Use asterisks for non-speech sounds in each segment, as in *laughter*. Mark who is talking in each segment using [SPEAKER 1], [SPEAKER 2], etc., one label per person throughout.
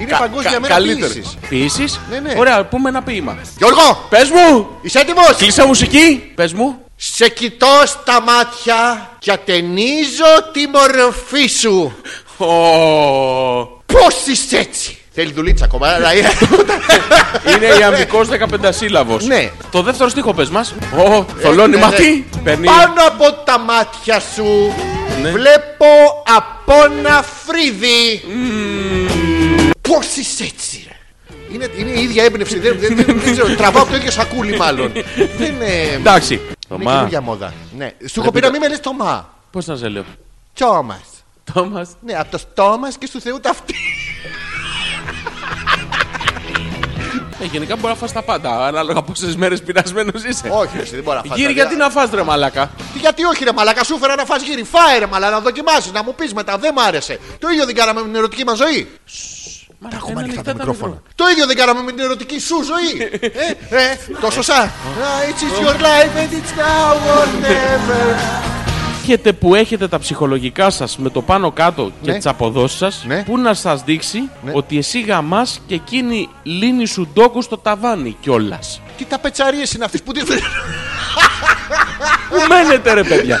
[SPEAKER 1] Είναι παγκόσμια μέρα ποιήσης.
[SPEAKER 2] Ποιήσει.
[SPEAKER 1] Ναι, ναι.
[SPEAKER 2] Ωραία, πούμε ένα ποίημα.
[SPEAKER 1] Γιώργο,
[SPEAKER 2] Πες μου!
[SPEAKER 1] είσαι έτοιμος.
[SPEAKER 2] Κλείσα μουσική! Πες μου!
[SPEAKER 1] Σε κοιτώ στα μάτια και ατενίζω τη μορφή σου.
[SPEAKER 2] Ω,
[SPEAKER 1] Πώς είσαι έτσι. Θέλει δουλίτσα ακόμα, αλλά είναι.
[SPEAKER 2] Είναι ιαμβικό 15 σύλλαβο.
[SPEAKER 1] Ναι.
[SPEAKER 2] Το δεύτερο στίχο πες μας. Ω, θολώνει
[SPEAKER 1] ναι, ναι.
[SPEAKER 2] μαθή. Παίρνει.
[SPEAKER 1] Πάνω από τα μάτια σου βλέπω από ένα φρύδι. Πώς είσαι έτσι, ρε. Είναι, είναι η ίδια έμπνευση. δεν, δεν, δεν- δεν ξέρω. Τραβάω από το ίδιο σακούλι, μάλλον. δεν είναι.
[SPEAKER 2] Εντάξει.
[SPEAKER 1] Είναι
[SPEAKER 2] Τωμά.
[SPEAKER 1] καινούργια μόδα. Ναι. Σου έχω πει να μην με λες το μα.
[SPEAKER 2] Πώς να σε λέω.
[SPEAKER 1] Τσόμα.
[SPEAKER 2] Τόμας.
[SPEAKER 1] Ναι, από το στόμα και στου Θεού ταυτί.
[SPEAKER 2] Ε, γενικά μπορεί να φας τα πάντα. Ανάλογα πόσες μέρες πεινασμένος είσαι.
[SPEAKER 1] όχι, ρε, εσύ, δεν μπορώ να φας.
[SPEAKER 2] Γύρι,
[SPEAKER 1] παιδιά.
[SPEAKER 2] γιατί να φας ρε μαλάκα.
[SPEAKER 1] Γιατί όχι, ρε Μαλάκα, σου έφερα να φας γύρι. Φάε, ρε Μαλάκα, να δοκιμάσεις, να μου πεις μετά. Δεν μ' άρεσε. Το ίδιο δεν κάναμε με την ερωτική μας ζωή.
[SPEAKER 2] Μαλάκα,
[SPEAKER 1] Έχουμε
[SPEAKER 2] είναι
[SPEAKER 1] ανοιχτά
[SPEAKER 2] ανοιχτά
[SPEAKER 1] τα μικρόφωνα. Το ίδιο δεν κάναμε με την ερωτική σου ζωή. ε, ε, το σωστά. Ah, It is your life and it's now or never.
[SPEAKER 2] Έχετε που έχετε τα ψυχολογικά σας με το πάνω κάτω και
[SPEAKER 1] Ναι.
[SPEAKER 2] τις αποδόσεις σας
[SPEAKER 1] Ναι.
[SPEAKER 2] που να σας δείξει
[SPEAKER 1] Ναι.
[SPEAKER 2] ότι εσύ γαμάς και εκείνη λύνει σου ντόκου στο ταβάνι κιόλας.
[SPEAKER 1] Τι τα πετσαρίες είναι αυτές που τι.
[SPEAKER 2] Πού μένετε ρε
[SPEAKER 1] *laughs*
[SPEAKER 2] παιδιά.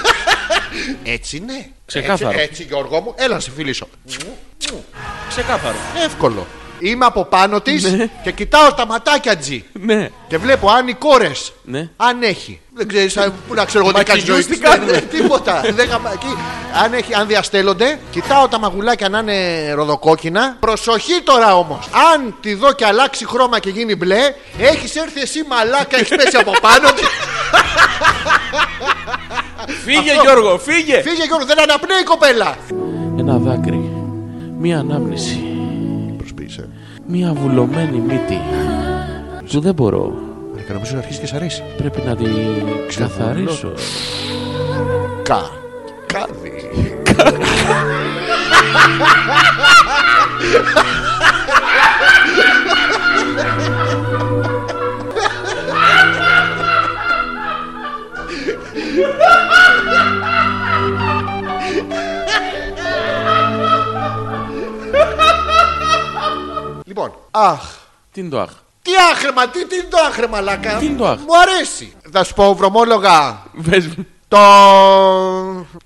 [SPEAKER 1] Έτσι ναι.
[SPEAKER 2] Ξεκάθαρο.
[SPEAKER 1] Έτσι, έτσι, Γιώργο μου, έλα να σε φιλήσω.
[SPEAKER 2] Ξεκάθαρο.
[SPEAKER 1] Εύκολο. Είμαι από πάνω της
[SPEAKER 2] Ναι.
[SPEAKER 1] και κοιτάω στα ματάκια τζι.
[SPEAKER 2] Ναι.
[SPEAKER 1] Και βλέπω αν οι κόρες
[SPEAKER 2] Ναι.
[SPEAKER 1] Αν έχει. Δεν ξέρεις πού να ξέρω εγώ
[SPEAKER 2] Μα
[SPEAKER 1] τι κάνει η
[SPEAKER 2] και
[SPEAKER 1] ζωή
[SPEAKER 2] γιους τι
[SPEAKER 1] της.
[SPEAKER 2] κάνουν.
[SPEAKER 1] Ναι, *laughs* Τίποτα. Δεν γαμα- εκεί. αν, έχει, αν διαστέλλονται, κοιτάω τα μαγουλάκια να είναι ροδοκόκκινα. Προσοχή τώρα όμως. Αν τη δω και αλλάξει χρώμα και γίνει μπλε, έχεις έρθει εσύ μαλάκα, έχεις πέσει από *laughs* πάνω. της.
[SPEAKER 2] Φύγε Γιώργο, φύγε.
[SPEAKER 1] Φύγε Γιώργο, δεν αναπνέει η κοπέλα.
[SPEAKER 2] Ένα δάκρυ. Μία ανάμνηση.
[SPEAKER 1] Προσπίσε.
[SPEAKER 2] Μία βουλωμένη μύτη. Του δεν μπορώ.
[SPEAKER 1] Μαλάκα, νομίζω να αρχίσει και σ' αρέσει.
[SPEAKER 2] Πρέπει να την καθαρίσω.
[SPEAKER 1] Κα. Κάδι. Λοιπόν, αχ,
[SPEAKER 2] Τι είναι το αχ.
[SPEAKER 1] τι άχρεμα, τι, τι είναι το άχρεμα, Λάκα.
[SPEAKER 2] Τι είναι το αχ?
[SPEAKER 1] Μου αρέσει. Θα σου πω, βρωμόλογα.
[SPEAKER 2] Βες μου.
[SPEAKER 1] Το.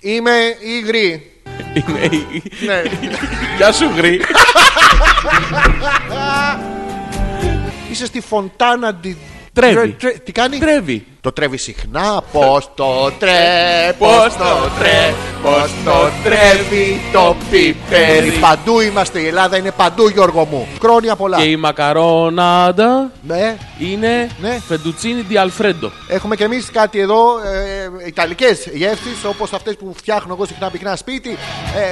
[SPEAKER 1] Είμαι υγρή.
[SPEAKER 2] *laughs* Είναι η-
[SPEAKER 1] Ναι. *laughs*
[SPEAKER 2] Γεια σου γρή.
[SPEAKER 1] Είσαι στη φωντάνα. Τη...
[SPEAKER 2] Τρέβει.
[SPEAKER 1] τι κάνει.
[SPEAKER 2] Τρέβει.
[SPEAKER 1] Το τρέβει συχνά. Πώς το τρέ. Πώς
[SPEAKER 2] Πώς
[SPEAKER 1] το
[SPEAKER 2] το
[SPEAKER 1] τρέ.
[SPEAKER 2] τρέ,
[SPEAKER 1] Πώς το τρέβει το πιπέρι. Παντού είμαστε. Η Ελλάδα είναι παντού, Γιώργο μου. Χρόνια πολλά.
[SPEAKER 2] Και η μακαρόναντα
[SPEAKER 1] Ναι,
[SPEAKER 2] είναι
[SPEAKER 1] Ναι.
[SPEAKER 2] φεντουτσίνι ντι Αλφρέντο.
[SPEAKER 1] έχουμε και εμείς κάτι εδώ, ε, ιταλικές γεύσεις όπως αυτές που φτιάχνω εγώ συχνά πυκνά σπίτι.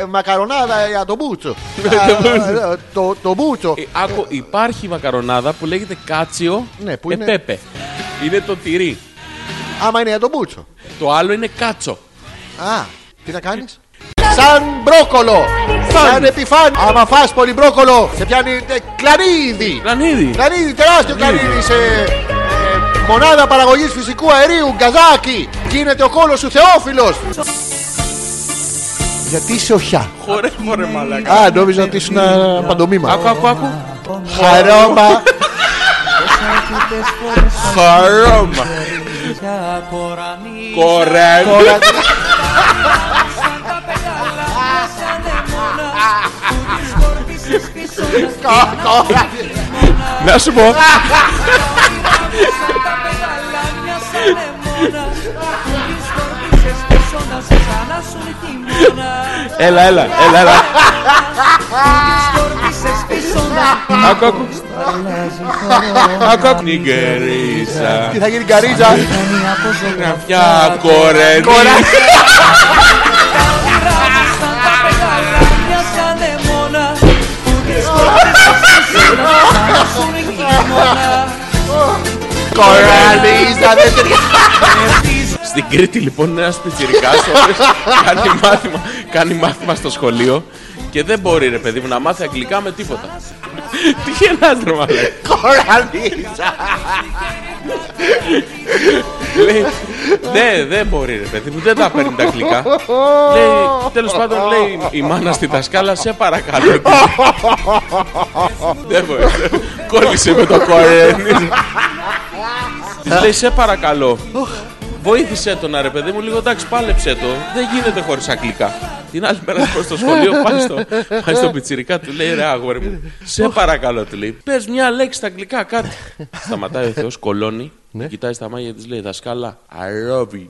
[SPEAKER 1] Ε, μακαρονάδα για τον Μπούτσο. Α, ε, το, το Μπούτσο.
[SPEAKER 2] Ε, άκου, υπάρχει μακαρονάδα που λέγεται κάτσιο
[SPEAKER 1] Ναι, που
[SPEAKER 2] e
[SPEAKER 1] είναι-
[SPEAKER 2] pepe. Είναι το τυρί.
[SPEAKER 1] Άμα είναι για τον Μπούτσο.
[SPEAKER 2] Το άλλο είναι κάτσο.
[SPEAKER 1] Α, τι θα κάνεις. Σαν μπρόκολο! Σαν επιφάνεια! Άμα φας πολύ μπρόκολο, σε πιάνει ε, κλαρίδι!
[SPEAKER 2] Πλανίδι.
[SPEAKER 1] Κλαρίδι, τεράστιο κλαρίδι σε ε, μονάδα παραγωγής φυσικού αερίου, γκαζάκι! Γίνεται ο κόλος σου θεόφιλος! Γιατί είσαι οχιά.
[SPEAKER 2] Χορεύω ρε μαλάκα.
[SPEAKER 1] Α, νόμιζα ότι ήσουν ένα παντομήμα.
[SPEAKER 2] Άκου, άκου, άκου.
[SPEAKER 1] Χαρόμα!
[SPEAKER 2] Χαρόμα. Κορέμ. Να σου πω. Έλα, έλα, έλα, έλα. Άκου, άκου. Άκου, άκου. Νιγερίσα.
[SPEAKER 1] Τι θα γίνει καρίζα!
[SPEAKER 2] Γραφιά κορένι.
[SPEAKER 1] Κοραλίζα δεν ταιριάζει!
[SPEAKER 2] Στην Κρήτη λοιπόν είναι ένας πιτσιρικάς ο οποίος κάνει, μάθημα, κάνει μάθημα στο σχολείο και δεν μπορεί ρε παιδί μου να μάθει αγγλικά με τίποτα. Τι γελάς ρε μαλάκα.
[SPEAKER 1] Κοραλίζα!
[SPEAKER 2] λέει, δεν δεν μπορεί ρε παιδί μου, δεν τα παίρνει τα αγγλικά. λέει, τέλος πάντων λέει η μάνα στη δασκάλα, σε παρακαλώ. δεν μπορεί. Κόλλησε με το κορένι. Της λέει, σε παρακαλώ. Βοήθησέ τον ρε παιδί μου, λίγο εντάξει, πάλεψε το. Δεν γίνεται χωρίς αγγλικά. Την άλλη μέρα προ το σχολείο, πάει στο, πάει στο πιτσιρικά, του λέει ρε αγόρι μου, σε παρακαλώ, του λέει. Πες μια λέξη στα αγγλικά, κάτι. Σταματάει ο Θεός, κολώνει, κοιτάει στα μάγια της, λέει δασκάλα, I love you.